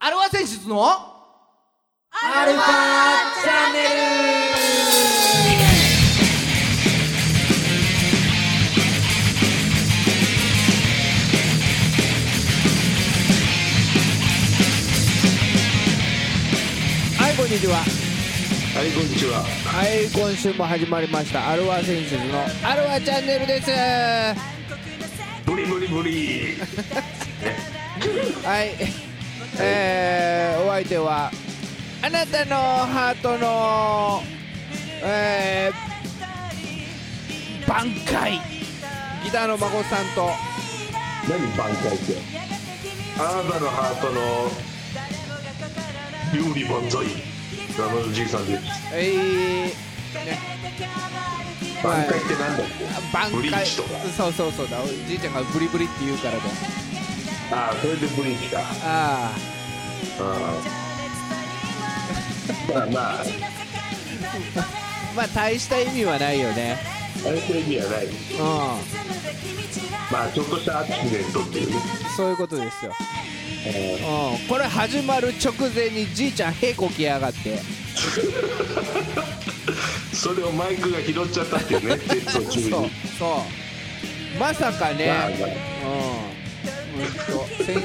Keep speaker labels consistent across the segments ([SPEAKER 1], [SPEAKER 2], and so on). [SPEAKER 1] アルファ選出のアルファチャンネ
[SPEAKER 2] はいこんにちは
[SPEAKER 3] はい、こんにちは。
[SPEAKER 2] はい今週も始まりましたアルワ選手のアルワチャンネルですは
[SPEAKER 3] ブリブリブ
[SPEAKER 2] い
[SPEAKER 3] リ。
[SPEAKER 2] えー、お相手はあなたのハートのえー、挽回ギターの孫さんと
[SPEAKER 3] 何挽回って。あなたのハートの。料理万歳。あのじいさんです。
[SPEAKER 2] えー、
[SPEAKER 3] 挽回ってなんだっ
[SPEAKER 2] 挽
[SPEAKER 3] け。ブリ
[SPEAKER 2] 回
[SPEAKER 3] ーチとか。
[SPEAKER 2] そうそうそうだおじいちゃんがブリブリって言うからだ
[SPEAKER 3] ああ、それでブリーチか。
[SPEAKER 2] あ
[SPEAKER 3] ああ。まあまあ、
[SPEAKER 2] あまあ大した意味はないよね
[SPEAKER 3] あれと意味はない。
[SPEAKER 2] う
[SPEAKER 3] まあ、ちょっとしたアクシデントっていうね。
[SPEAKER 2] んそういうことですよ
[SPEAKER 3] え
[SPEAKER 2] うん、これ始まる直前にじいちゃん屁こきやがって
[SPEAKER 3] ーそれをマイクが拾っちゃったって いうね、鉄を
[SPEAKER 2] そう
[SPEAKER 3] 中に。
[SPEAKER 2] そうまさか
[SPEAKER 3] まあ
[SPEAKER 2] ね、うん、うんと先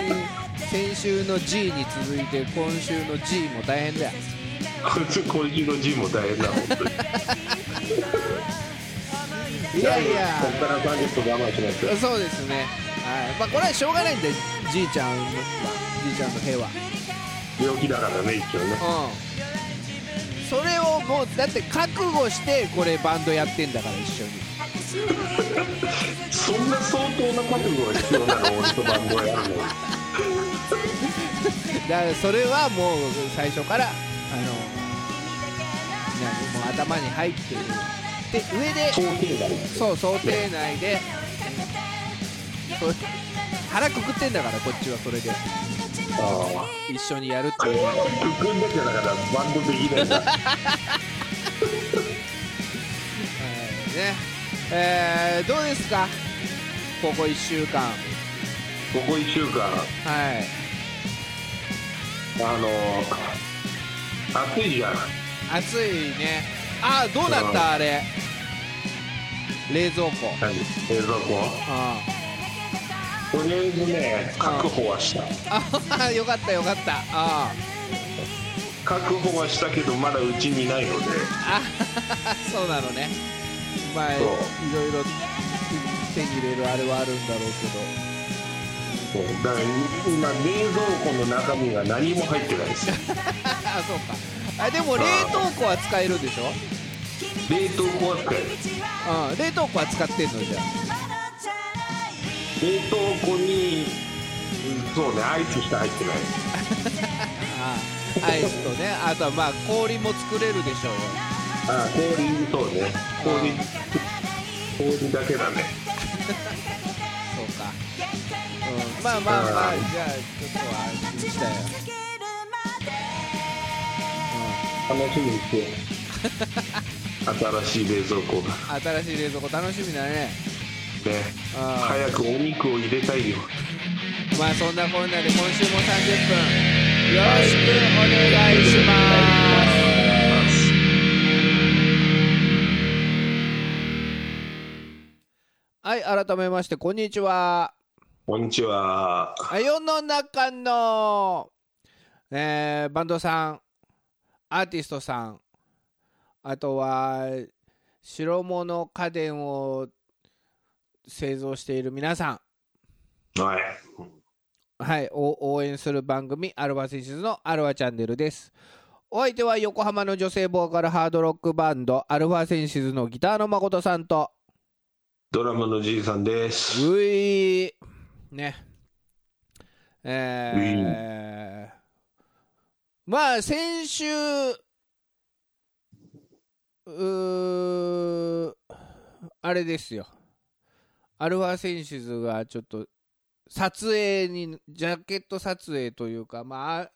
[SPEAKER 2] 先週の G に続いて今週の G も大変だよ
[SPEAKER 3] まあ、こいつ、今週の G も大変だ、本当に。
[SPEAKER 2] いやいや
[SPEAKER 3] こっから3月我慢しますよ。
[SPEAKER 2] そうですねはいまあこれはしょうがないんだよじいちゃんはじいちゃんの屁は
[SPEAKER 3] 病気だからね、一応ね。
[SPEAKER 2] うんそれをもうだって覚悟してこれバンドやってんだから一緒に
[SPEAKER 3] そんな相当な覚悟が必要なの俺とバンドをやる
[SPEAKER 2] だ
[SPEAKER 3] の
[SPEAKER 2] からそれはもう最初からあのなんもう頭に入っているで上で
[SPEAKER 3] 想定外
[SPEAKER 2] そう想定内でそう腹くくってんだからこっちはそれで
[SPEAKER 3] あ
[SPEAKER 2] 一緒にやるっていうのは
[SPEAKER 3] あ組んだからだからバンドできないんだ
[SPEAKER 2] ねえー、どうですかここ1週間
[SPEAKER 3] ここ1週間
[SPEAKER 2] はい
[SPEAKER 3] あの暑いじゃん
[SPEAKER 2] 暑いねああどうなったあれ冷蔵庫
[SPEAKER 3] 何冷蔵庫
[SPEAKER 2] あ
[SPEAKER 3] とりあえずね確保はした
[SPEAKER 2] あ よかったよかったああ
[SPEAKER 3] 確保はしたけどまだうちにないので
[SPEAKER 2] あ そうなのねまあい
[SPEAKER 3] そう
[SPEAKER 2] ろいろ手に入れるあれはあるんだろうけ
[SPEAKER 3] そうだから今冷蔵庫の中身が何も入ってないですよ
[SPEAKER 2] どあそうかあでも冷凍庫は使えるでしょ、
[SPEAKER 3] 冷凍庫は使える
[SPEAKER 2] うん、冷凍庫は使ってんのじゃ
[SPEAKER 3] 冷凍庫にそうねアイスしか入ってない
[SPEAKER 2] ああアイスとねあとはまあ氷も作れるでしょうよ
[SPEAKER 3] あ氷そうね氷氷だけだね
[SPEAKER 2] そうか、うん、まあまあまあ
[SPEAKER 3] うん
[SPEAKER 2] じゃあちょっとは安心したよ、
[SPEAKER 3] 楽しみにして新しい冷蔵庫が
[SPEAKER 2] うん、新しい冷蔵庫楽しみだね
[SPEAKER 3] ね
[SPEAKER 2] うん
[SPEAKER 3] 早くお肉を入れたいよ
[SPEAKER 2] まあそんなこんなで今週も30分よろしくお願いします、はい、改めまして、こんにちは。
[SPEAKER 3] こんにちは
[SPEAKER 2] あ世の中の、えーバンドさん、アーティストさん、あとは、白物家電を製造している皆さ
[SPEAKER 3] はい
[SPEAKER 2] ん、はい、を応援する番組、アルファ選手のアルファチャンネルです。お相手は横浜の女性ボーカルハードロックバンド、アルファセンシズのギターの誠さんと、
[SPEAKER 3] ドラマのじいさんです
[SPEAKER 2] ういねえーまあ先週うーあれですよアルファセンシズがちょっと撮影にジャケット撮影というかまあ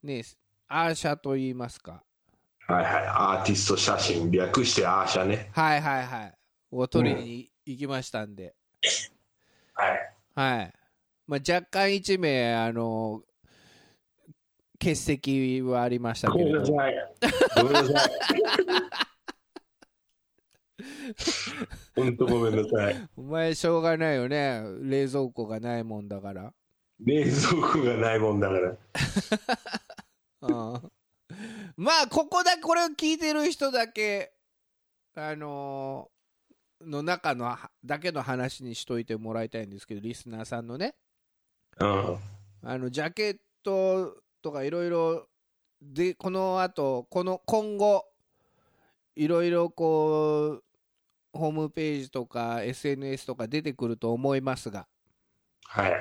[SPEAKER 2] ねアーシャと言いますか
[SPEAKER 3] はいはいアーティスト写真略してアーシャね
[SPEAKER 2] はいはいはいを撮りに行きましたんで、
[SPEAKER 3] はい
[SPEAKER 2] はい。まあ、若干1名、あの欠席はありました
[SPEAKER 3] ご
[SPEAKER 2] けれ
[SPEAKER 3] めんな
[SPEAKER 2] ど
[SPEAKER 3] さい。ごめんなさい。本当ごめんなさい。
[SPEAKER 2] お前しょうがないよね冷蔵庫がないもんだから
[SPEAKER 3] 冷蔵庫がないもんだから。
[SPEAKER 2] うん まあここだこれを聞いてる人だけあのーの中のはだけの話にしといてもらいたいんですけどリスナーさんのね
[SPEAKER 3] うん。
[SPEAKER 2] あのジャケットとかいろいろでこのあとこの今後いろいろこうホームページとか SNS とか出てくると思いますが
[SPEAKER 3] はい。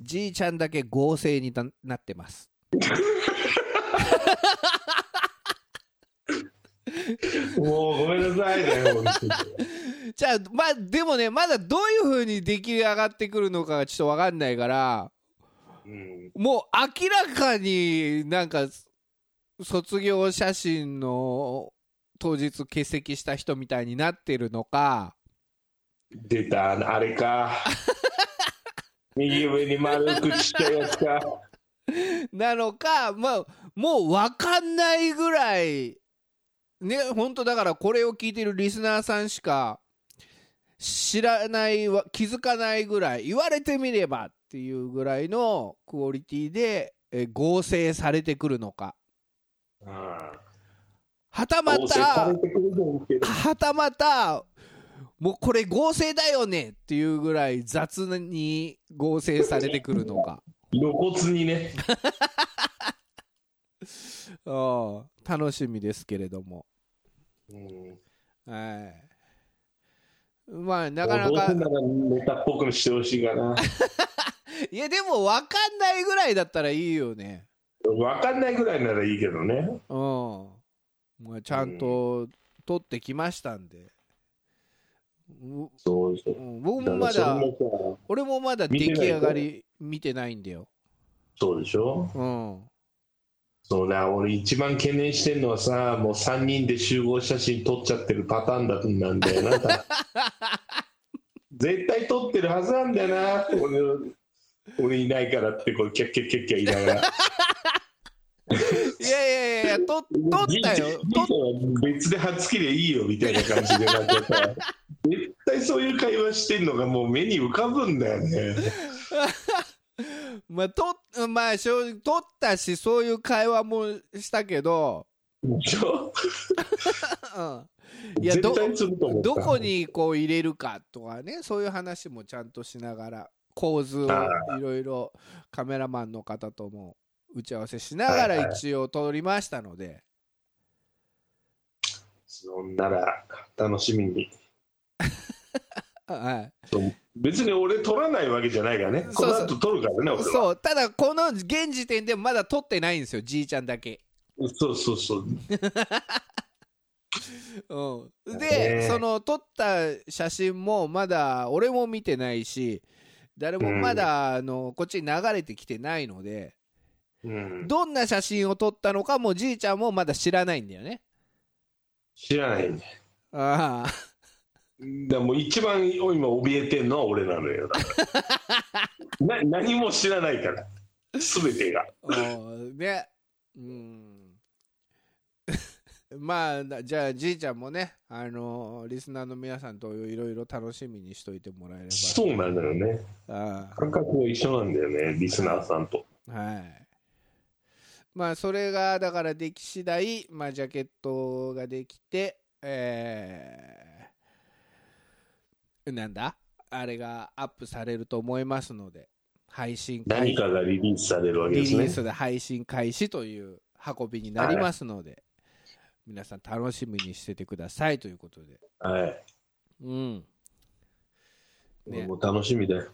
[SPEAKER 2] じいちゃんだけ合成にななってます。
[SPEAKER 3] もうごめんなさいね。本当に
[SPEAKER 2] じゃあまあでもねまだどういう風に出来上がってくるのかがちょっと分かんないから
[SPEAKER 3] うん。
[SPEAKER 2] もう明らかになんか卒業写真の当日欠席した人みたいになってるのか
[SPEAKER 3] 出た、あれか。右上に丸くちっちゃいやつか。
[SPEAKER 2] なのか、まあ、もう分かんないぐらいね本当だからこれを聞いてるリスナーさんしか知らないわ気づかないぐらい言われてみればっていうぐらいのクオリティでえー合成されてくるのか
[SPEAKER 3] うん。
[SPEAKER 2] はたま
[SPEAKER 3] 合成さ
[SPEAKER 2] た
[SPEAKER 3] れてくると思うけど
[SPEAKER 2] はたまたもうこれ合成だよねっていうぐらい雑に合成されてくるのか、
[SPEAKER 3] 露骨にね。
[SPEAKER 2] うん、楽しみですけれども。
[SPEAKER 3] うん。
[SPEAKER 2] はい。まあ、なかな
[SPEAKER 3] どう
[SPEAKER 2] か
[SPEAKER 3] せ、ならネタっぽくしてほしいかな。
[SPEAKER 2] いや、でも分かんないぐらいだったらいいよね。
[SPEAKER 3] わかんないぐらいならいいけどね。
[SPEAKER 2] うん。まあ、ちゃんと取ってきましたんで。う
[SPEAKER 3] そうそう
[SPEAKER 2] う。ん僕
[SPEAKER 3] だ
[SPEAKER 2] も
[SPEAKER 3] から
[SPEAKER 2] ま
[SPEAKER 3] それ
[SPEAKER 2] だ、
[SPEAKER 3] もさ
[SPEAKER 2] 俺もまだ出来上がり見てないんだよ。
[SPEAKER 3] そうでしょ
[SPEAKER 2] うん。
[SPEAKER 3] そうな俺一番懸念してんのはさもう3人で集合写真撮っちゃってるパターンだなん だよな多分絶対撮ってるはずなんだよな俺俺いないからってこうキャッキャッキャッキャ言いなが
[SPEAKER 2] い
[SPEAKER 3] ら
[SPEAKER 2] やいやいやいや、と取ったよ。
[SPEAKER 3] 人生は別で初きでいいよみたいな感じでなんかさ絶対そういう会話してんのがもう目に浮かぶんだよね
[SPEAKER 2] まあ、と、まあ、正直、取ったし、そういう会話もしたけど、
[SPEAKER 3] ちょ
[SPEAKER 2] うん。いやど
[SPEAKER 3] 絶対すると思った
[SPEAKER 2] どこにこう入れるかとかねそういう話もちゃんとしながら構図を
[SPEAKER 3] あ
[SPEAKER 2] いろいろカメラマンの方とも打ち合わせしなが
[SPEAKER 3] はい
[SPEAKER 2] ら
[SPEAKER 3] はい
[SPEAKER 2] 一応撮りましたので、
[SPEAKER 3] そんなら楽しみに
[SPEAKER 2] はい
[SPEAKER 3] そう別に俺取らないわけじゃないからね
[SPEAKER 2] そうそう
[SPEAKER 3] この後取るからね俺は
[SPEAKER 2] そうただこの現時点でまだ撮ってないんですよじいちゃんだけ。
[SPEAKER 3] そうそうそう。
[SPEAKER 2] うん、
[SPEAKER 3] ね
[SPEAKER 2] で
[SPEAKER 3] え
[SPEAKER 2] その撮った写真もまだ俺も見てないし誰もまだあのこっちに流れてきてないので
[SPEAKER 3] うん、
[SPEAKER 2] どんな写真を撮ったのかもじいちゃんもまだ知らないんだよね。
[SPEAKER 3] 知らないね。
[SPEAKER 2] ああ
[SPEAKER 3] だからもう一番今怯えてんのは俺なのよ。だから な何も知らないから。すべてが。
[SPEAKER 2] うんねうんまあなじゃあじいちゃんもねあのーリスナーの皆さんといろいろ楽しみにしといてもらえれ
[SPEAKER 3] そうなのよね。
[SPEAKER 2] ばあ
[SPEAKER 3] 感覚は一緒なんだよね。リスナーさんと。
[SPEAKER 2] あはいまあそれがだからでき次第、まあ、ジャケットができてえーなんだあれがアップされると思いますので配信開
[SPEAKER 3] 何かがリリースされるわけで
[SPEAKER 2] リ
[SPEAKER 3] す
[SPEAKER 2] リー
[SPEAKER 3] ね。
[SPEAKER 2] スで配信開始という運びになりますので、皆さん楽しみにしててくださいということで。
[SPEAKER 3] はい。
[SPEAKER 2] うん。ね
[SPEAKER 3] もう楽しみだよ。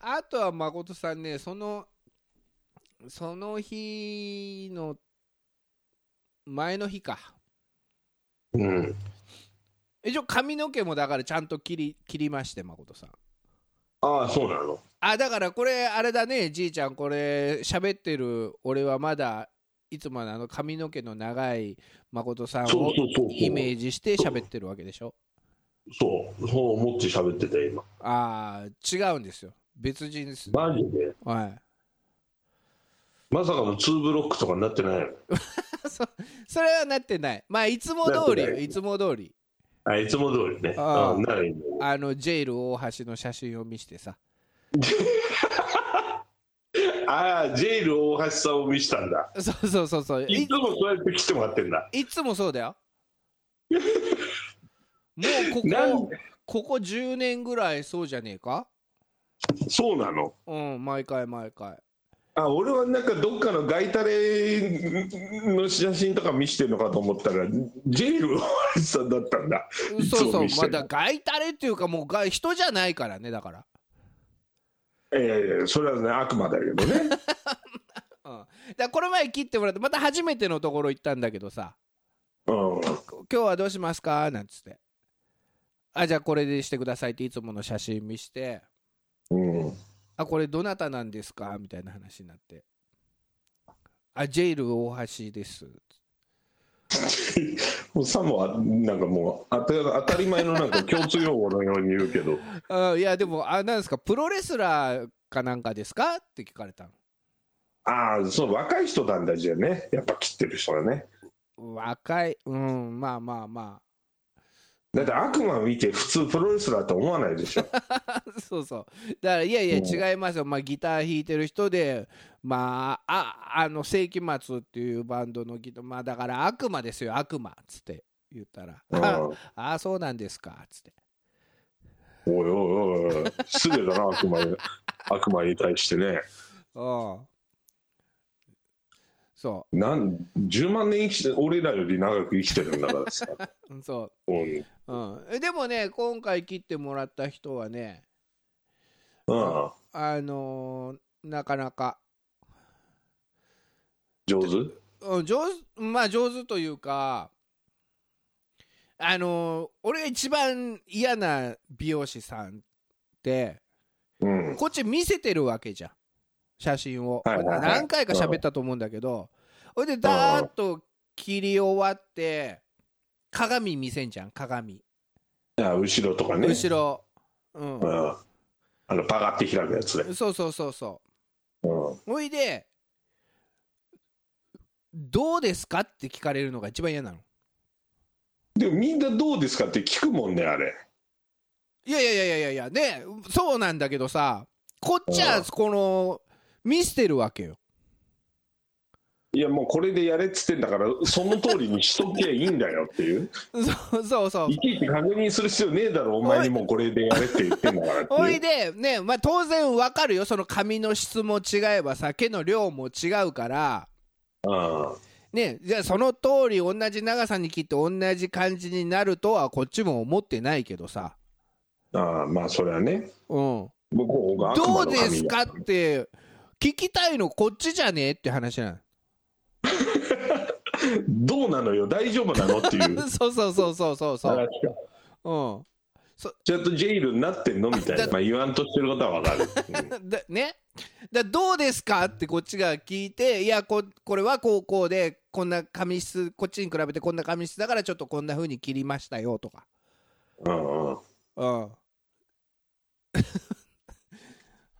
[SPEAKER 2] あとは誠さんね、その、その日の、前の日か。
[SPEAKER 3] うん。
[SPEAKER 2] 一応髪の毛もだからちゃんと切り、切りまして、誠さん。
[SPEAKER 3] ああ、そうなの。
[SPEAKER 2] あ、だからこれ、あれだね、じいちゃん、これ、喋ってる俺はまだ、いつものあの髪の毛の長い誠さん
[SPEAKER 3] そ
[SPEAKER 2] を
[SPEAKER 3] うそうそうそう。
[SPEAKER 2] イメージして喋ってるわけでしょ
[SPEAKER 3] そう。そう思って喋ってたよ今。
[SPEAKER 2] ああ違うんですよ別人です
[SPEAKER 3] マジで。
[SPEAKER 2] はい
[SPEAKER 3] まさかの2ブロックとかになってないの
[SPEAKER 2] そそれはなってないまあいつも通り
[SPEAKER 3] なって
[SPEAKER 2] よ
[SPEAKER 3] ない
[SPEAKER 2] いつも通り
[SPEAKER 3] あいつも通りね
[SPEAKER 2] あー
[SPEAKER 3] あならいいね
[SPEAKER 2] あのジェイル大橋の写真を見してさ
[SPEAKER 3] ああジェイル大橋さんを見したんだ
[SPEAKER 2] そうそうそうそう
[SPEAKER 3] い
[SPEAKER 2] い
[SPEAKER 3] つもこうやって来てもらってんだ
[SPEAKER 2] いつもそうだ よもうこ
[SPEAKER 3] なん
[SPEAKER 2] こここ10年ぐらいそうじゃねえか
[SPEAKER 3] そうなの
[SPEAKER 2] うん毎回毎回
[SPEAKER 3] あ俺はなんかどっかのガイタレの写真とか見してるのかと思ったらジェイル大橋さんだったんだいつ
[SPEAKER 2] そう
[SPEAKER 3] も
[SPEAKER 2] そう
[SPEAKER 3] 見し
[SPEAKER 2] ま
[SPEAKER 3] てる
[SPEAKER 2] だガイタレっていうかもうが人じゃないからねだから、
[SPEAKER 3] いやいやいやそれはね悪魔だけどね
[SPEAKER 2] うん、だからこの前切ってもらってまた初めてのところ行ったんだけどさ
[SPEAKER 3] うん
[SPEAKER 2] 「こ今日はどうしますか?」なんつって「あじゃあこれでしてください」っていつもの写真見して
[SPEAKER 3] うん
[SPEAKER 2] 「あこれどなたなんですか?」みたいな話になって「あジェイル大橋です」
[SPEAKER 3] もうさもあなんかもう当た当たり前のなんか共通用語のように言うけど
[SPEAKER 2] あいやでもあなんですかプロレスラーかなんかですかって聞かれた
[SPEAKER 3] ああそう若い人なんだじゃあねやっぱ切ってる人はね
[SPEAKER 2] の若いうんまあまあ ま
[SPEAKER 3] だって悪魔見て普通プロレスラーと思わないでしょ
[SPEAKER 2] あそうそうだからいやいや違いますよ、まあ、ギター弾いてる人でまあああの世紀末っていうバンドのギターまあだから悪魔ですよ悪魔っつって言ったら「
[SPEAKER 3] うん
[SPEAKER 2] ああそうなんですか」っつって
[SPEAKER 3] おいおいおいおい失礼だな悪 魔に悪魔に対してね
[SPEAKER 2] うんそ
[SPEAKER 3] なん10万年生きて俺らより長く生きてるんだからさ、
[SPEAKER 2] うそう
[SPEAKER 3] うん
[SPEAKER 2] うん、えでもね今回切ってもらった人はね
[SPEAKER 3] うん、
[SPEAKER 2] あのーなかなか、
[SPEAKER 3] 上手
[SPEAKER 2] うん、上手まあ上手というかあのー俺が一番嫌な美容師さんって
[SPEAKER 3] うん
[SPEAKER 2] こっち見せてるわけじゃん写真を、
[SPEAKER 3] はいはいはい
[SPEAKER 2] 何回か喋ったと思うんだけどほいでダーッと切り終わって鏡見せんじゃん鏡
[SPEAKER 3] あ後ろとかね
[SPEAKER 2] 後ろ、うん
[SPEAKER 3] う、ん、あのパカって開くやつで、
[SPEAKER 2] そうそうそうそう
[SPEAKER 3] うん、
[SPEAKER 2] おいでどうですかって聞かれるのが一番嫌なの
[SPEAKER 3] でもみんなどうですかって聞くもんねあれ
[SPEAKER 2] いやいやいやいやいやねそうなんだけどさこっち
[SPEAKER 3] う
[SPEAKER 2] は
[SPEAKER 3] ん
[SPEAKER 2] この見捨てるわけよ
[SPEAKER 3] いやもうこれでやれっつってんだからその通りにしときゃいいんだよっていう
[SPEAKER 2] そうそうそう
[SPEAKER 3] いちいち確認する必要ねえだろお前にもうこれでやれって言ってんだからって
[SPEAKER 2] お
[SPEAKER 3] い
[SPEAKER 2] いうでねまあ当然わかるよその髪の質も違えばさ毛の量も違うから
[SPEAKER 3] うん
[SPEAKER 2] ねじゃあその通り同じ長さに切って同じ感じになるとはこっちも思ってないけどさ
[SPEAKER 3] ああまあそれはね
[SPEAKER 2] うん
[SPEAKER 3] 向こうが悪魔
[SPEAKER 2] ど
[SPEAKER 3] の
[SPEAKER 2] う
[SPEAKER 3] 神
[SPEAKER 2] です
[SPEAKER 3] だ
[SPEAKER 2] かって聞きたいのこっちじゃねえって話な
[SPEAKER 3] どうなのよ大丈夫なのっていう
[SPEAKER 2] のそうそうそうそうそう そ
[SPEAKER 3] 話が
[SPEAKER 2] ううん
[SPEAKER 3] ちゃんとジェイルになってんのみたいな、まあ、言わんとしてることはわかる、うん
[SPEAKER 2] だねだどうですかってこっちが聞いていやここれは高校でこんな紙質こっちに比べてこんな紙質だからちょっとこんな風に切りましたよとか
[SPEAKER 3] うんうん
[SPEAKER 2] うん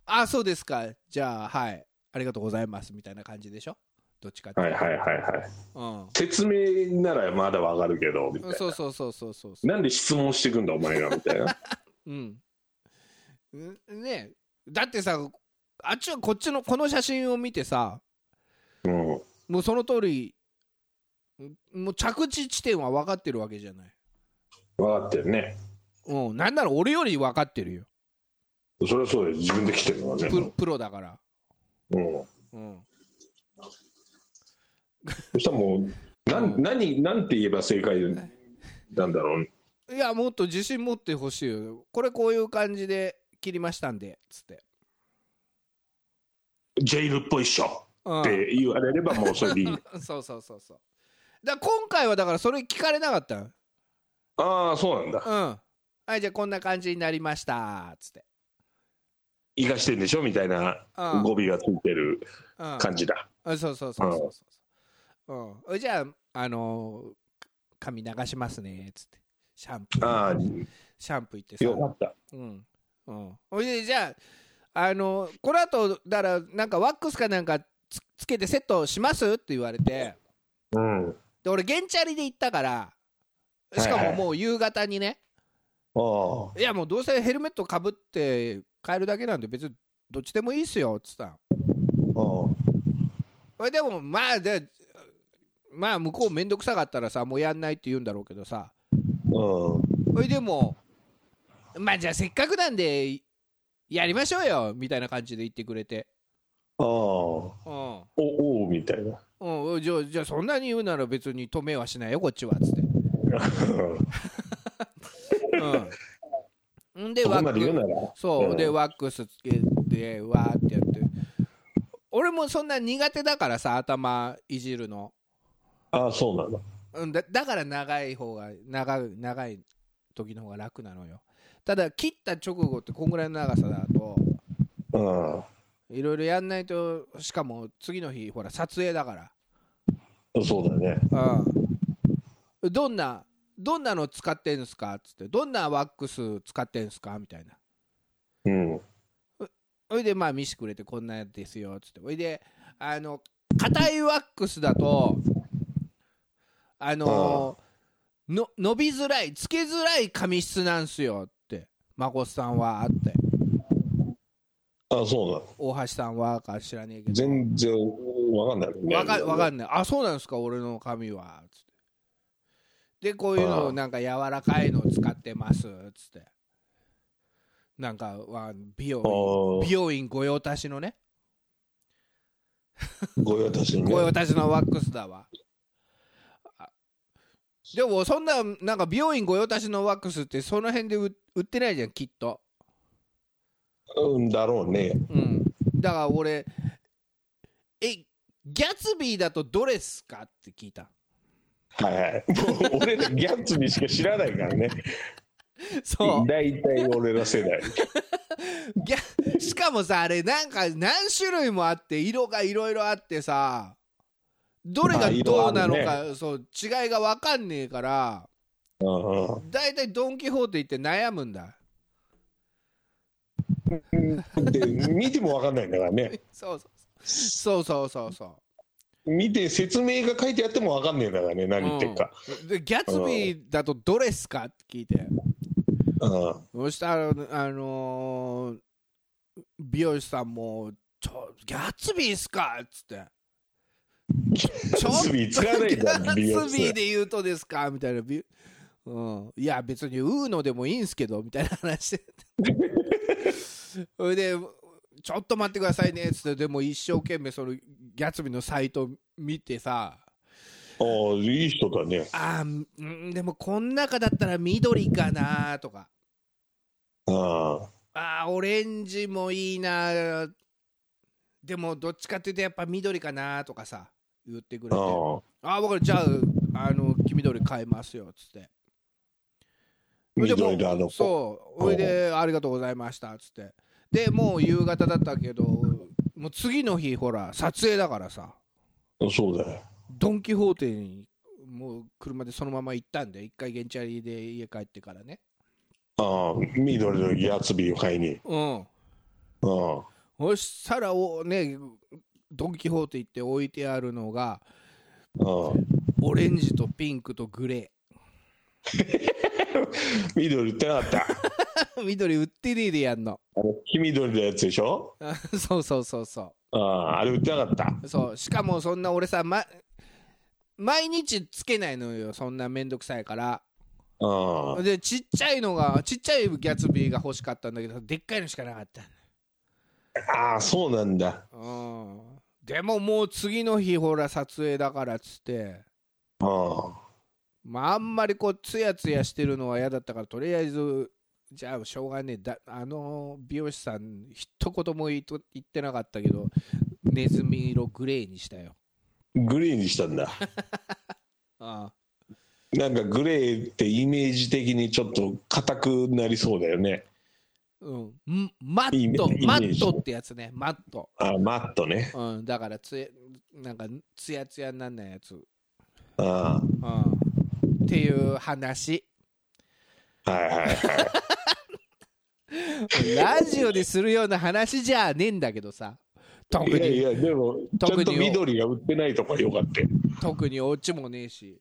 [SPEAKER 2] あそうですかじゃあはいありがとうございますみたいな感じでしょどっちかって
[SPEAKER 3] はいはい
[SPEAKER 2] いうと
[SPEAKER 3] はいはい
[SPEAKER 2] うん
[SPEAKER 3] 説明ならまだわかるけどみたいな
[SPEAKER 2] そうそうそうそうそうそう
[SPEAKER 3] なんで質問してくんだお前らみたいな
[SPEAKER 2] うん。んねえだってさあっちはこっちのこの写真を見てさ
[SPEAKER 3] うん
[SPEAKER 2] もうその通りんもう着地地点は分かってるわけじゃない。
[SPEAKER 3] 分かってるね
[SPEAKER 2] うん、なんなら俺より分かってるよ
[SPEAKER 3] それはそうだよ自分で来てるのはね
[SPEAKER 2] ププロだから、
[SPEAKER 3] うん
[SPEAKER 2] うん、
[SPEAKER 3] そしたらもうなん何なんて言えば正解なんだろう
[SPEAKER 2] いやもっと自信持ってほしいよこれこういう感じで切りましたんでつって、
[SPEAKER 3] ジェイルっぽいっしょ
[SPEAKER 2] うん
[SPEAKER 3] って言われればもうそれでい い
[SPEAKER 2] そうそうそうそうだから今回はだからそれ聞かれなかったの
[SPEAKER 3] ああそうなんだ
[SPEAKER 2] うんはいじゃあこんな感じになりましたつって、
[SPEAKER 3] 生かしてんでしょみたいな
[SPEAKER 2] うん
[SPEAKER 3] 語尾がついてる
[SPEAKER 2] うん、
[SPEAKER 3] 感じだ
[SPEAKER 2] あそうそうそうそうそうそう、うん、じゃああのー髪流しますねっつってシャンプー
[SPEAKER 3] あ
[SPEAKER 2] シャンプー行って
[SPEAKER 3] あ
[SPEAKER 2] さ
[SPEAKER 3] よかった
[SPEAKER 2] うんうんほいでじゃああのーこの後だからなんかワックスかなんかつつけてセットしますって言われて
[SPEAKER 3] うん。
[SPEAKER 2] で俺現チャリで行ったからしか
[SPEAKER 3] はい
[SPEAKER 2] も
[SPEAKER 3] はい
[SPEAKER 2] もう夕方にね
[SPEAKER 3] お
[SPEAKER 2] いやもうどうせヘルメットかぶって帰るだけなんで別にどっちでもいいっすよっつったの
[SPEAKER 3] おお
[SPEAKER 2] これでもまあでまあ向こう面倒くさかったらさもうやんないって言うんだろうけどさ
[SPEAKER 3] お
[SPEAKER 2] これでもまあじゃあせっかくなんでやりましょうよみたいな感じで言ってくれて
[SPEAKER 3] お
[SPEAKER 2] うん
[SPEAKER 3] おおみたいな。
[SPEAKER 2] うん、じゃあじゃあそんなに言うなら別に止めはしないよこっちはつってうんんで
[SPEAKER 3] そこ
[SPEAKER 2] ワ
[SPEAKER 3] まで言う
[SPEAKER 2] ッ
[SPEAKER 3] な
[SPEAKER 2] ク
[SPEAKER 3] ら。
[SPEAKER 2] そう、
[SPEAKER 3] うん
[SPEAKER 2] でワックスつけてわーってやって俺もそんな苦手だからさ頭いじるの、
[SPEAKER 3] ああ、そうなの。
[SPEAKER 2] うん、だだから長い方が長い長い時の方が楽なのよただ切った直後ってこんぐらいの長さだといろいろやんないとしかも次の日ほら撮影だから
[SPEAKER 3] うん。そうだね。
[SPEAKER 2] うんどんなどんなの使ってんすかっつってどんなワックス使ってんすかみたいな
[SPEAKER 3] うん。
[SPEAKER 2] それでまあ見せてくれてこんなやつですよっつってそれであの硬いワックスだとあのの伸びづらいつけづらい髪質なんすよって孫さんはあって
[SPEAKER 3] ああ、そうなの。
[SPEAKER 2] 大橋さんはか知らねえけど
[SPEAKER 3] 全然わかんないもんね。
[SPEAKER 2] わかわか
[SPEAKER 3] い。
[SPEAKER 2] んないあそうなんですか俺の髪はつってでこういうの
[SPEAKER 3] あ
[SPEAKER 2] を
[SPEAKER 3] あ
[SPEAKER 2] なんか柔らかいのを使ってますつってなんかは美容
[SPEAKER 3] ああ
[SPEAKER 2] 美容院御用達のね
[SPEAKER 3] ご用達にね。
[SPEAKER 2] 御用達のワックスだわあでもそんななんか美容院御用達のワックスってその辺で売売ってないじゃんきっと
[SPEAKER 3] うんだろうね。
[SPEAKER 2] うんだから俺えギャツビーだとどれっすかって聞いた
[SPEAKER 3] はいはい。 もう俺らギャッツビーしか知らないからね。
[SPEAKER 2] そう
[SPEAKER 3] 大体俺ら世代。
[SPEAKER 2] ギャしかもさあれなんか何種類もあって色がいろいろあってさどれ
[SPEAKER 3] ま
[SPEAKER 2] が
[SPEAKER 3] あ
[SPEAKER 2] どうなの
[SPEAKER 3] 色あ
[SPEAKER 2] か、そう違いが分かんねえから
[SPEAKER 3] うんうん
[SPEAKER 2] 大体ドン・キホーテ行って悩むんだ
[SPEAKER 3] で見てもわかんないんだからね
[SPEAKER 2] そうそうそうそうそうそ
[SPEAKER 3] 見て説明が書いてあってもわかんないんだからね
[SPEAKER 2] う
[SPEAKER 3] 何言ってるか、
[SPEAKER 2] うんでギャツビーだとどれっすかって聞いて
[SPEAKER 3] うん
[SPEAKER 2] そしたらあのー美容師さんもちょ「ギャツビーっすか?」っつって
[SPEAKER 3] ギャッツビー使わないじゃん美
[SPEAKER 2] ギャ
[SPEAKER 3] 容
[SPEAKER 2] ッツビー
[SPEAKER 3] 室
[SPEAKER 2] で言うとですかみたいな。びうん、いや別にウーノでもいいんすけどみたいな話 してそれで「ちょっと待ってくださいね」っつってでも一生懸命そのギャツビーのサイト見てさ
[SPEAKER 3] ああいい人だね
[SPEAKER 2] 「あーうんでもこん中だったら緑かな」とか
[SPEAKER 3] あ
[SPEAKER 2] 「あーオレンジもいいな」でもどっちかっていうとやっぱ緑かなとかさ言ってくれ
[SPEAKER 3] あ
[SPEAKER 2] て
[SPEAKER 3] あ
[SPEAKER 2] ああ僕らじゃああの黄緑買いますよっつって
[SPEAKER 3] 緑だあの子
[SPEAKER 2] そうほいでありがとうございましたっつってでもう夕方だったけどもう次の日ほら撮影だからさ
[SPEAKER 3] そうだよ
[SPEAKER 2] ドン・キホーテにもう車でそのまま行ったんで一回現チャリで家帰ってからね
[SPEAKER 3] ああ緑のギャッツビーを買いに
[SPEAKER 2] うん
[SPEAKER 3] ああ
[SPEAKER 2] そしたらおねドン・キホーテ行って置いてあるのが
[SPEAKER 3] ああ
[SPEAKER 2] オレンジとピンクとグレ
[SPEAKER 3] 緑売ってなかった
[SPEAKER 2] ー 緑売ってねえでやんの
[SPEAKER 3] あの黄緑のやつでしょ
[SPEAKER 2] そうそうそうそう
[SPEAKER 3] あああれ売ってなかった
[SPEAKER 2] そうしかもそんな俺さ、ま、毎日つけないのよそんなめんどくさいから
[SPEAKER 3] ああ
[SPEAKER 2] でちっちゃいのがちっちゃいギャツビーが欲しかったんだけどでっかいのしかなかった
[SPEAKER 3] ああそうなんだ
[SPEAKER 2] うんでももう次の日ほら撮影だからっつって、
[SPEAKER 3] ああ
[SPEAKER 2] まあ、あんまりこうツヤツヤしてるのは嫌だったからとりあえずじゃあしょうがねえだあの美容師さん一言も言いと言ってなかったけどネズミ色グレーにしたよ
[SPEAKER 3] グレーにしたんだ
[SPEAKER 2] あ
[SPEAKER 3] なんかグレーってイメージ的にちょっと硬くなりそうだよね。
[SPEAKER 2] うん、んマ
[SPEAKER 3] いい
[SPEAKER 2] ッ
[SPEAKER 3] ね
[SPEAKER 2] ト
[SPEAKER 3] いいね
[SPEAKER 2] マットってやつねマット、
[SPEAKER 3] あマットね。
[SPEAKER 2] うん、だからつやなんかツヤツヤになんないやつ、う
[SPEAKER 3] あ
[SPEAKER 2] ん、っていう話
[SPEAKER 3] あはいはいはい。
[SPEAKER 2] ラジオでするような話じゃねえんだけどさ特
[SPEAKER 3] いやい
[SPEAKER 2] に
[SPEAKER 3] や、でも、ちゃん
[SPEAKER 2] 特
[SPEAKER 3] と
[SPEAKER 2] によ
[SPEAKER 3] 緑が売ってないとかよかったよ。
[SPEAKER 2] 特にオチもねえし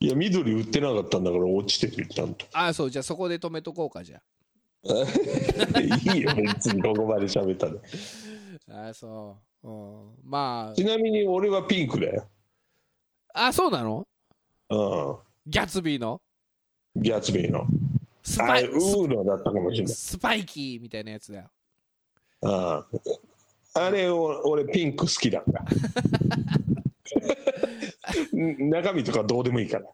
[SPEAKER 3] いや、緑売ってなかったんだから落ちてるよ、ちゃ んと。
[SPEAKER 2] ああそうじゃあそこで止めとこうかじゃ
[SPEAKER 3] いいよ、別にここまで喋ったで。
[SPEAKER 2] あああそう、うん、ま
[SPEAKER 3] ちなみに俺はピンクだよ。
[SPEAKER 2] ああそうなの
[SPEAKER 3] う
[SPEAKER 2] ギャツビーの
[SPEAKER 3] ん。ギャツビーの。
[SPEAKER 2] ス
[SPEAKER 3] あ
[SPEAKER 2] パイ
[SPEAKER 3] れ、ウーロンだったかもしれない。
[SPEAKER 2] スパイキーみたいなやつだよ
[SPEAKER 3] うんあれを俺ピンク好きなんだん 中身とかどうでもいいから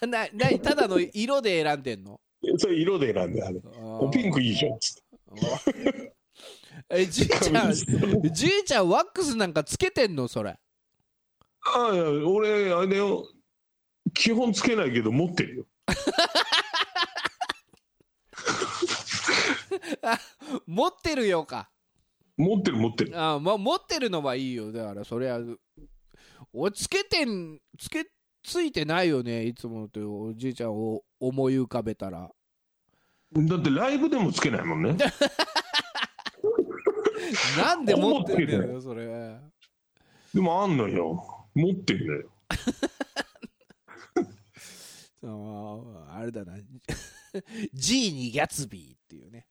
[SPEAKER 2] あななただの色で選んでんの
[SPEAKER 3] それ色で選んであれおピンクいいじゃんっつって
[SPEAKER 2] えじいちゃん
[SPEAKER 3] 髪に
[SPEAKER 2] じいちゃんワックスなんかつけてんのそれ
[SPEAKER 3] ああいや俺あれを基本つけないけど持ってるよ
[SPEAKER 2] 持ってるよか
[SPEAKER 3] 持ってる持ってる
[SPEAKER 2] あまあ持ってるのはいいよだからそれはおつけてんつけついてないよねいつものとおじいちゃんを思い浮かべたら
[SPEAKER 3] だってライブでもつけないもんね
[SPEAKER 2] なんで持ってんだ
[SPEAKER 3] 持ってる
[SPEAKER 2] よそれ
[SPEAKER 3] でもあんのよ持ってるのよ
[SPEAKER 2] ああれだな G にギャツビーっていうね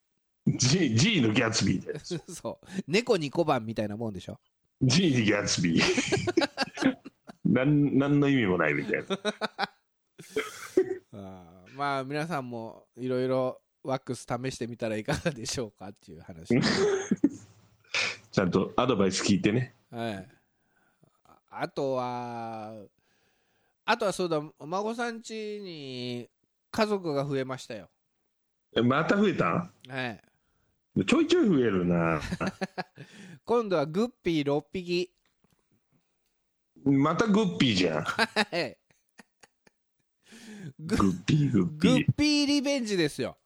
[SPEAKER 3] G, G のギャツビーです
[SPEAKER 2] そう猫に小判みたいなもんでしょ
[SPEAKER 3] G にギャツビー なんなんの意味もないみたいな
[SPEAKER 2] あーまあ皆さんもいろいろワックス試してみたらいかがでしょうかっていう話、
[SPEAKER 3] ちゃんとアドバイス聞いてね
[SPEAKER 2] はい、ああとはあとはそうだお孫さん家に家族が増えましたよ
[SPEAKER 3] えまた増えた
[SPEAKER 2] はい
[SPEAKER 3] ちょいちょい増えるな。
[SPEAKER 2] 今度はグッピー6匹
[SPEAKER 3] またグッピーじゃん。
[SPEAKER 2] はいグ
[SPEAKER 3] グッピー、グッピ
[SPEAKER 2] グ
[SPEAKER 3] ー
[SPEAKER 2] ッ。ピーリベンジですよ、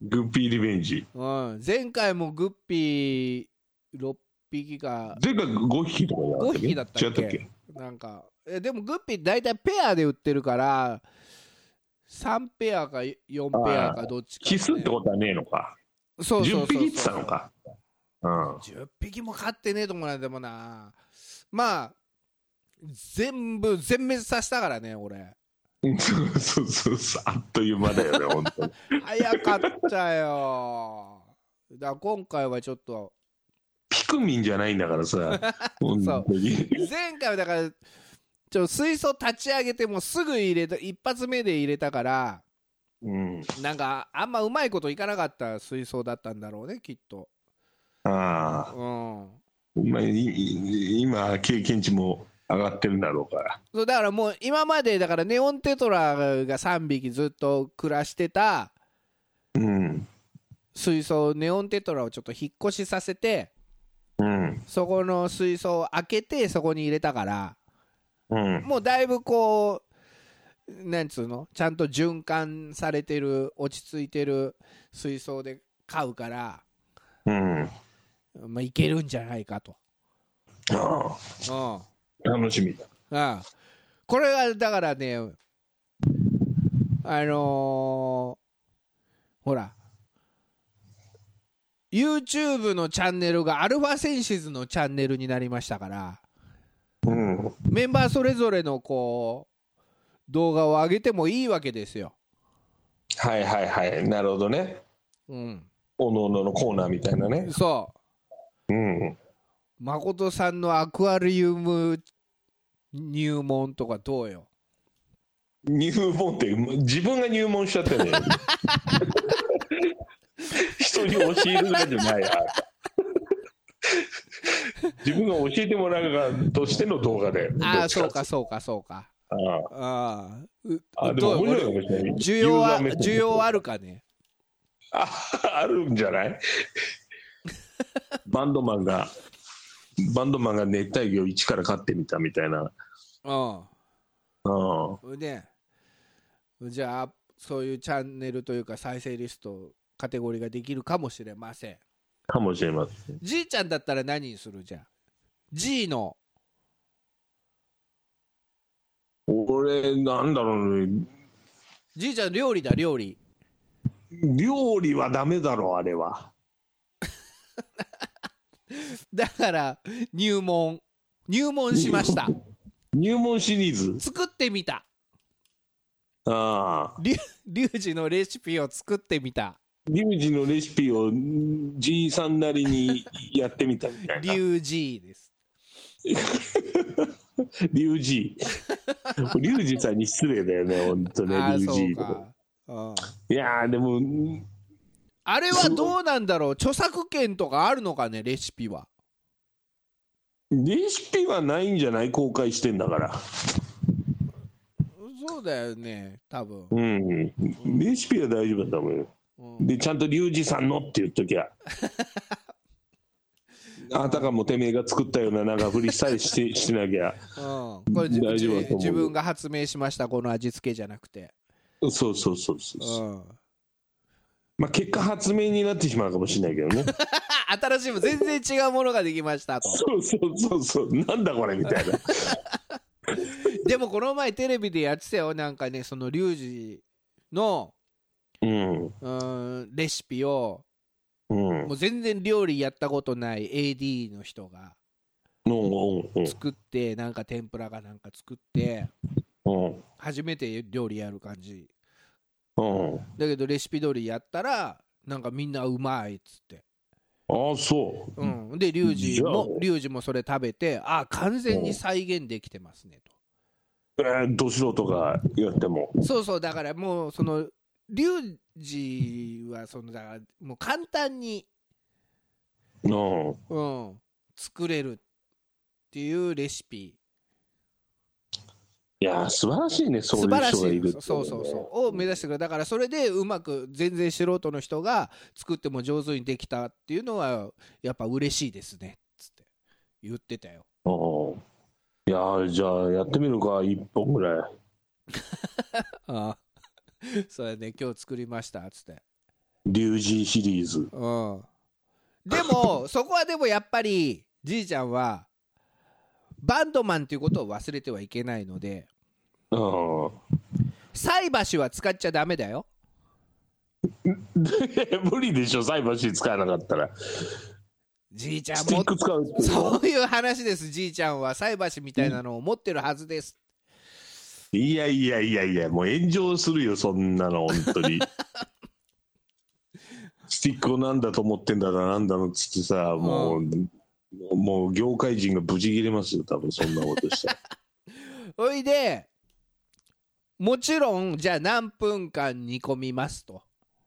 [SPEAKER 3] グッピーリベンジ。
[SPEAKER 2] うん、前回もグッピー6匹が
[SPEAKER 3] 前回5匹とかじゃな
[SPEAKER 2] 5匹だったっけ
[SPEAKER 3] 違ったっ
[SPEAKER 2] なんかえでもグッピー大体ペアで売ってるから3ペアか4ペアかどっちか、
[SPEAKER 3] け奇数ってことはねえのか。
[SPEAKER 2] そうそうそうそう
[SPEAKER 3] 10匹って言ってたのか。うん。
[SPEAKER 2] 10匹も飼ってねえと思うなでもなまあ全部全滅させたからね俺
[SPEAKER 3] そうそうそうそう、あっという間だよね、本当に。
[SPEAKER 2] 早かったよだから今回はちょっと
[SPEAKER 3] ピクミンじゃないんだか らさ、本当に。
[SPEAKER 2] 前回はだからちょ水槽立ち上げてもうすぐ入れた一発目で入れたから
[SPEAKER 3] うん。
[SPEAKER 2] なんかあんまうまいこといかなかった水槽だったんだろうねきっと
[SPEAKER 3] ああ、
[SPEAKER 2] うん
[SPEAKER 3] まあ、いい今、経験値も上がってるんだろうから。
[SPEAKER 2] そうだからもう今までだからネオンテトラが3匹ずっと暮らしてた
[SPEAKER 3] うん。
[SPEAKER 2] 水槽ネオンテトラをちょっと引っ越しさせて
[SPEAKER 3] うん。
[SPEAKER 2] そこの水槽を開けてそこに入れたから
[SPEAKER 3] うん。
[SPEAKER 2] もうだいぶこうなんつうのちゃんと循環されてる落ち着いてる水槽で飼うから、
[SPEAKER 3] うん。あ
[SPEAKER 2] まあ、いけるんじゃないかと。
[SPEAKER 3] あ、
[SPEAKER 2] うん
[SPEAKER 3] 楽しみだ。
[SPEAKER 2] ああこれがだからねあのーほら YouTube のチャンネルがアルファセンシズのチャンネルになりましたから
[SPEAKER 3] うん。
[SPEAKER 2] メンバーそれぞれのこう動画を上げてもいいわけですよ。
[SPEAKER 3] はいはいはいなるほどね
[SPEAKER 2] うん、
[SPEAKER 3] おのおののコーナーみたいなね
[SPEAKER 2] そ
[SPEAKER 3] うん
[SPEAKER 2] う誠さんのアクアリウム入門とかどうよ。
[SPEAKER 3] 入門って自分が入門しちゃってね 人に教えるなんじゃないや自分が教えてもらう側としての動画で
[SPEAKER 2] あ
[SPEAKER 3] どっ
[SPEAKER 2] あ
[SPEAKER 3] ち
[SPEAKER 2] そう
[SPEAKER 3] っ
[SPEAKER 2] かそうかそうか。
[SPEAKER 3] つう
[SPEAKER 2] ああう
[SPEAKER 3] ああでも
[SPEAKER 2] どう
[SPEAKER 3] 面白いかもしれない
[SPEAKER 2] 需要は
[SPEAKER 3] ユーザー目線
[SPEAKER 2] 需要はあるかね
[SPEAKER 3] あ あるんじゃない バンドマンがバンドマンが熱帯魚一から飼ってみたみたいな
[SPEAKER 2] う
[SPEAKER 3] うん
[SPEAKER 2] んねじゃあそういうチャンネルというか再生リストカテゴリーができるかもしれません
[SPEAKER 3] かもしれません
[SPEAKER 2] じいちゃんだったら何にするじゃあ G の
[SPEAKER 3] 俺なんだろうね
[SPEAKER 2] じいちゃん料理だ料理
[SPEAKER 3] 料理はダメだろあれは
[SPEAKER 2] だから入門入門しました
[SPEAKER 3] 入門シリーズ
[SPEAKER 2] 作ってみた
[SPEAKER 3] ああ
[SPEAKER 2] リュリュウジのレシピを作ってみた
[SPEAKER 3] リュウジのレシピをじいさんなりにやってみたみたい
[SPEAKER 2] リ
[SPEAKER 3] な
[SPEAKER 2] ュウジです
[SPEAKER 3] リュウジリュウジさんに失礼だよね本当ね
[SPEAKER 2] あ
[SPEAKER 3] リ
[SPEAKER 2] ー
[SPEAKER 3] ュウ
[SPEAKER 2] そう
[SPEAKER 3] ジ
[SPEAKER 2] か、うん、
[SPEAKER 3] いやーでもうん
[SPEAKER 2] あれはどうなんだろう著作権とかあるのかねレシピは
[SPEAKER 3] レシピはないんじゃない公開してんだから
[SPEAKER 2] そうだよね多分、
[SPEAKER 3] うんレシピは大丈夫だと思うよ
[SPEAKER 2] うん
[SPEAKER 3] でちゃんとリュウジさんのって言っときゃあたかもてめえが作ったようななんかふりしたりして してなきゃ
[SPEAKER 2] うん、これ自
[SPEAKER 3] 大丈夫だと思う
[SPEAKER 2] 自分が発明しましたこの味付けじゃなくて、
[SPEAKER 3] そうそうそうそう
[SPEAKER 2] う
[SPEAKER 3] そう、
[SPEAKER 2] ん、
[SPEAKER 3] まあ、結果発明になってしまうかもしれないけど ね
[SPEAKER 2] あ新しいも全然違うものができましたと
[SPEAKER 3] そうそうそうそうなんだこれみたいな
[SPEAKER 2] でもこの前テレビでやってたよなんかねそのリュウジの
[SPEAKER 3] うん
[SPEAKER 2] うんレシピを
[SPEAKER 3] うん
[SPEAKER 2] もう全然料理やったことない AD の人が
[SPEAKER 3] うんうん
[SPEAKER 2] 作ってなんか天ぷらかなんか作って
[SPEAKER 3] うん
[SPEAKER 2] 初めて料理やる感じ
[SPEAKER 3] うん
[SPEAKER 2] だけどレシピ通りやったらなんかみんなうまいっつって、
[SPEAKER 3] ああそう
[SPEAKER 2] うん、でリュウジも
[SPEAKER 3] じゃあ
[SPEAKER 2] リュウジもそれ食べてあ完全に再現できてますね
[SPEAKER 3] えー、ど素人がやっても
[SPEAKER 2] とそうそうだからもうそのリュウジはそのだからもう簡単に、
[SPEAKER 3] うん
[SPEAKER 2] うん、作れるっていうレシピ
[SPEAKER 3] いやー素晴らしいねそう
[SPEAKER 2] 素
[SPEAKER 3] い
[SPEAKER 2] 晴
[SPEAKER 3] う
[SPEAKER 2] ら
[SPEAKER 3] 人が
[SPEAKER 2] し
[SPEAKER 3] い
[SPEAKER 2] い
[SPEAKER 3] るってい
[SPEAKER 2] そうそうそうそうを目指してくれるだからそれでうまく全然素人の人が作っても上手にできたっていうのはやっぱ嬉しいですねつって言ってたよ
[SPEAKER 3] うんいやーじゃあやってみるか一本ぐらい
[SPEAKER 2] ああ そうやね今日作りましたつって
[SPEAKER 3] リュウジシリーズ
[SPEAKER 2] うんでもそこはでもやっぱりじいちゃんはバンドマンっていうことを忘れてはいけないので
[SPEAKER 3] うん
[SPEAKER 2] 菜箸は使っちゃダメだよ
[SPEAKER 3] 無理でしょ菜箸使えなかったら
[SPEAKER 2] じいちゃ
[SPEAKER 3] ス
[SPEAKER 2] ん
[SPEAKER 3] ティ
[SPEAKER 2] も
[SPEAKER 3] ック使うって
[SPEAKER 2] そういう話ですじいちゃんは菜箸みたいなのを持ってるはずです
[SPEAKER 3] いやいやいやいやもう炎上するよそんなの本当 にスティックをなんだと思ってんだななんだのっつってさもう、もう業界人がブチ切れますよ多分そんなことしたら
[SPEAKER 2] おいでもちろんじゃあ何分間煮込みますと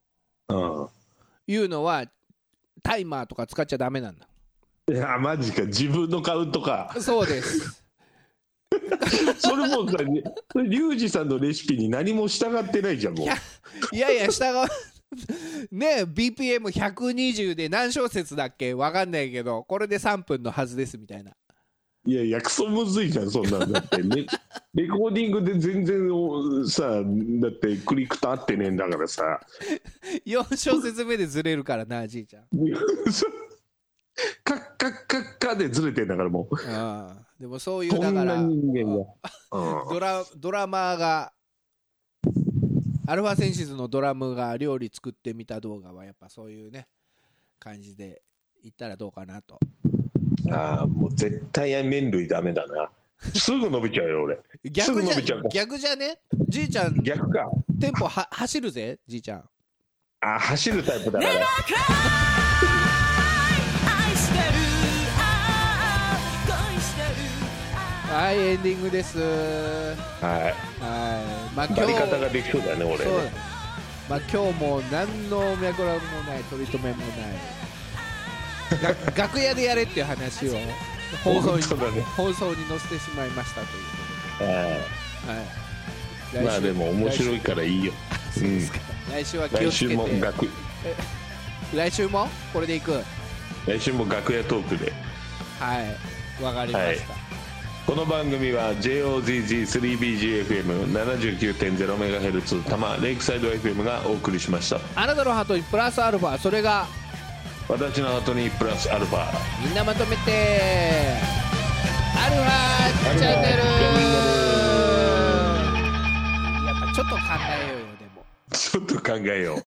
[SPEAKER 3] う
[SPEAKER 2] いうのはタイマーとか使っちゃダメなんだ
[SPEAKER 3] んいやマジか自分のカウントか
[SPEAKER 2] そうです
[SPEAKER 3] それもうさにそれリュウジさんのレシピに何も従ってないじゃんもう
[SPEAKER 2] いやいや下がねえ BPM120 で何小節だっけわかんないけどこれで3分のはずですみたいない
[SPEAKER 3] やいやクソむずいじゃんそんなんだって、 ね、レコーディングで全然おさだってクリックと合ってねえんだから さ
[SPEAKER 2] 4小節目でずれるからなじいちゃん
[SPEAKER 3] カッカッカッカでずれてんだからもう
[SPEAKER 2] あでもそういう
[SPEAKER 3] こ
[SPEAKER 2] だ
[SPEAKER 3] ん
[SPEAKER 2] か
[SPEAKER 3] な
[SPEAKER 2] ら
[SPEAKER 3] 人間が。うん
[SPEAKER 2] ドラドラマーがアルファセンシズのドラムが料理作ってみた動画はやっぱそういうね感じでいったらどうかなと
[SPEAKER 3] ああもう絶対麺類ダメだなすぐ伸びちゃうよ俺
[SPEAKER 2] 逆じ
[SPEAKER 3] すぐ伸びちゃ
[SPEAKER 2] ゃ
[SPEAKER 3] うから
[SPEAKER 2] 逆じゃねじいちゃん
[SPEAKER 3] 逆か
[SPEAKER 2] テンポは走るぜじいちゃん
[SPEAKER 3] あー走るタイプだから
[SPEAKER 1] 愛してるああ恋してるあ
[SPEAKER 2] はいエンディングですは
[SPEAKER 3] は
[SPEAKER 2] い
[SPEAKER 3] い
[SPEAKER 2] まあ今
[SPEAKER 3] バ
[SPEAKER 2] 日
[SPEAKER 3] リ方ができそうだね俺
[SPEAKER 2] そうだねまあ今日も何の脈絡もない取り留めもない が楽屋でやれっていう話を放送に
[SPEAKER 3] 本当だね
[SPEAKER 2] 放送に載せてしまいましたという
[SPEAKER 3] は
[SPEAKER 2] こと
[SPEAKER 3] い
[SPEAKER 2] で、はい、
[SPEAKER 3] まあでも面白
[SPEAKER 2] い
[SPEAKER 3] いからいいようん
[SPEAKER 2] 来週は気をつけ
[SPEAKER 3] 来週
[SPEAKER 2] て
[SPEAKER 3] も楽
[SPEAKER 2] 来週もこれでいくは
[SPEAKER 3] 来週も楽屋トークで
[SPEAKER 2] いわかりました、
[SPEAKER 3] この番組は JOZZ3BGFM79.0MHz 多摩レイクサイド FM がお送りしました
[SPEAKER 2] あなたのハートにプラスアルファそれが
[SPEAKER 3] 私の後にプラスアルファ
[SPEAKER 2] みんなまとめてアルファチャンネルやっぱちょっと考えようよでも
[SPEAKER 3] ちょっと考えよう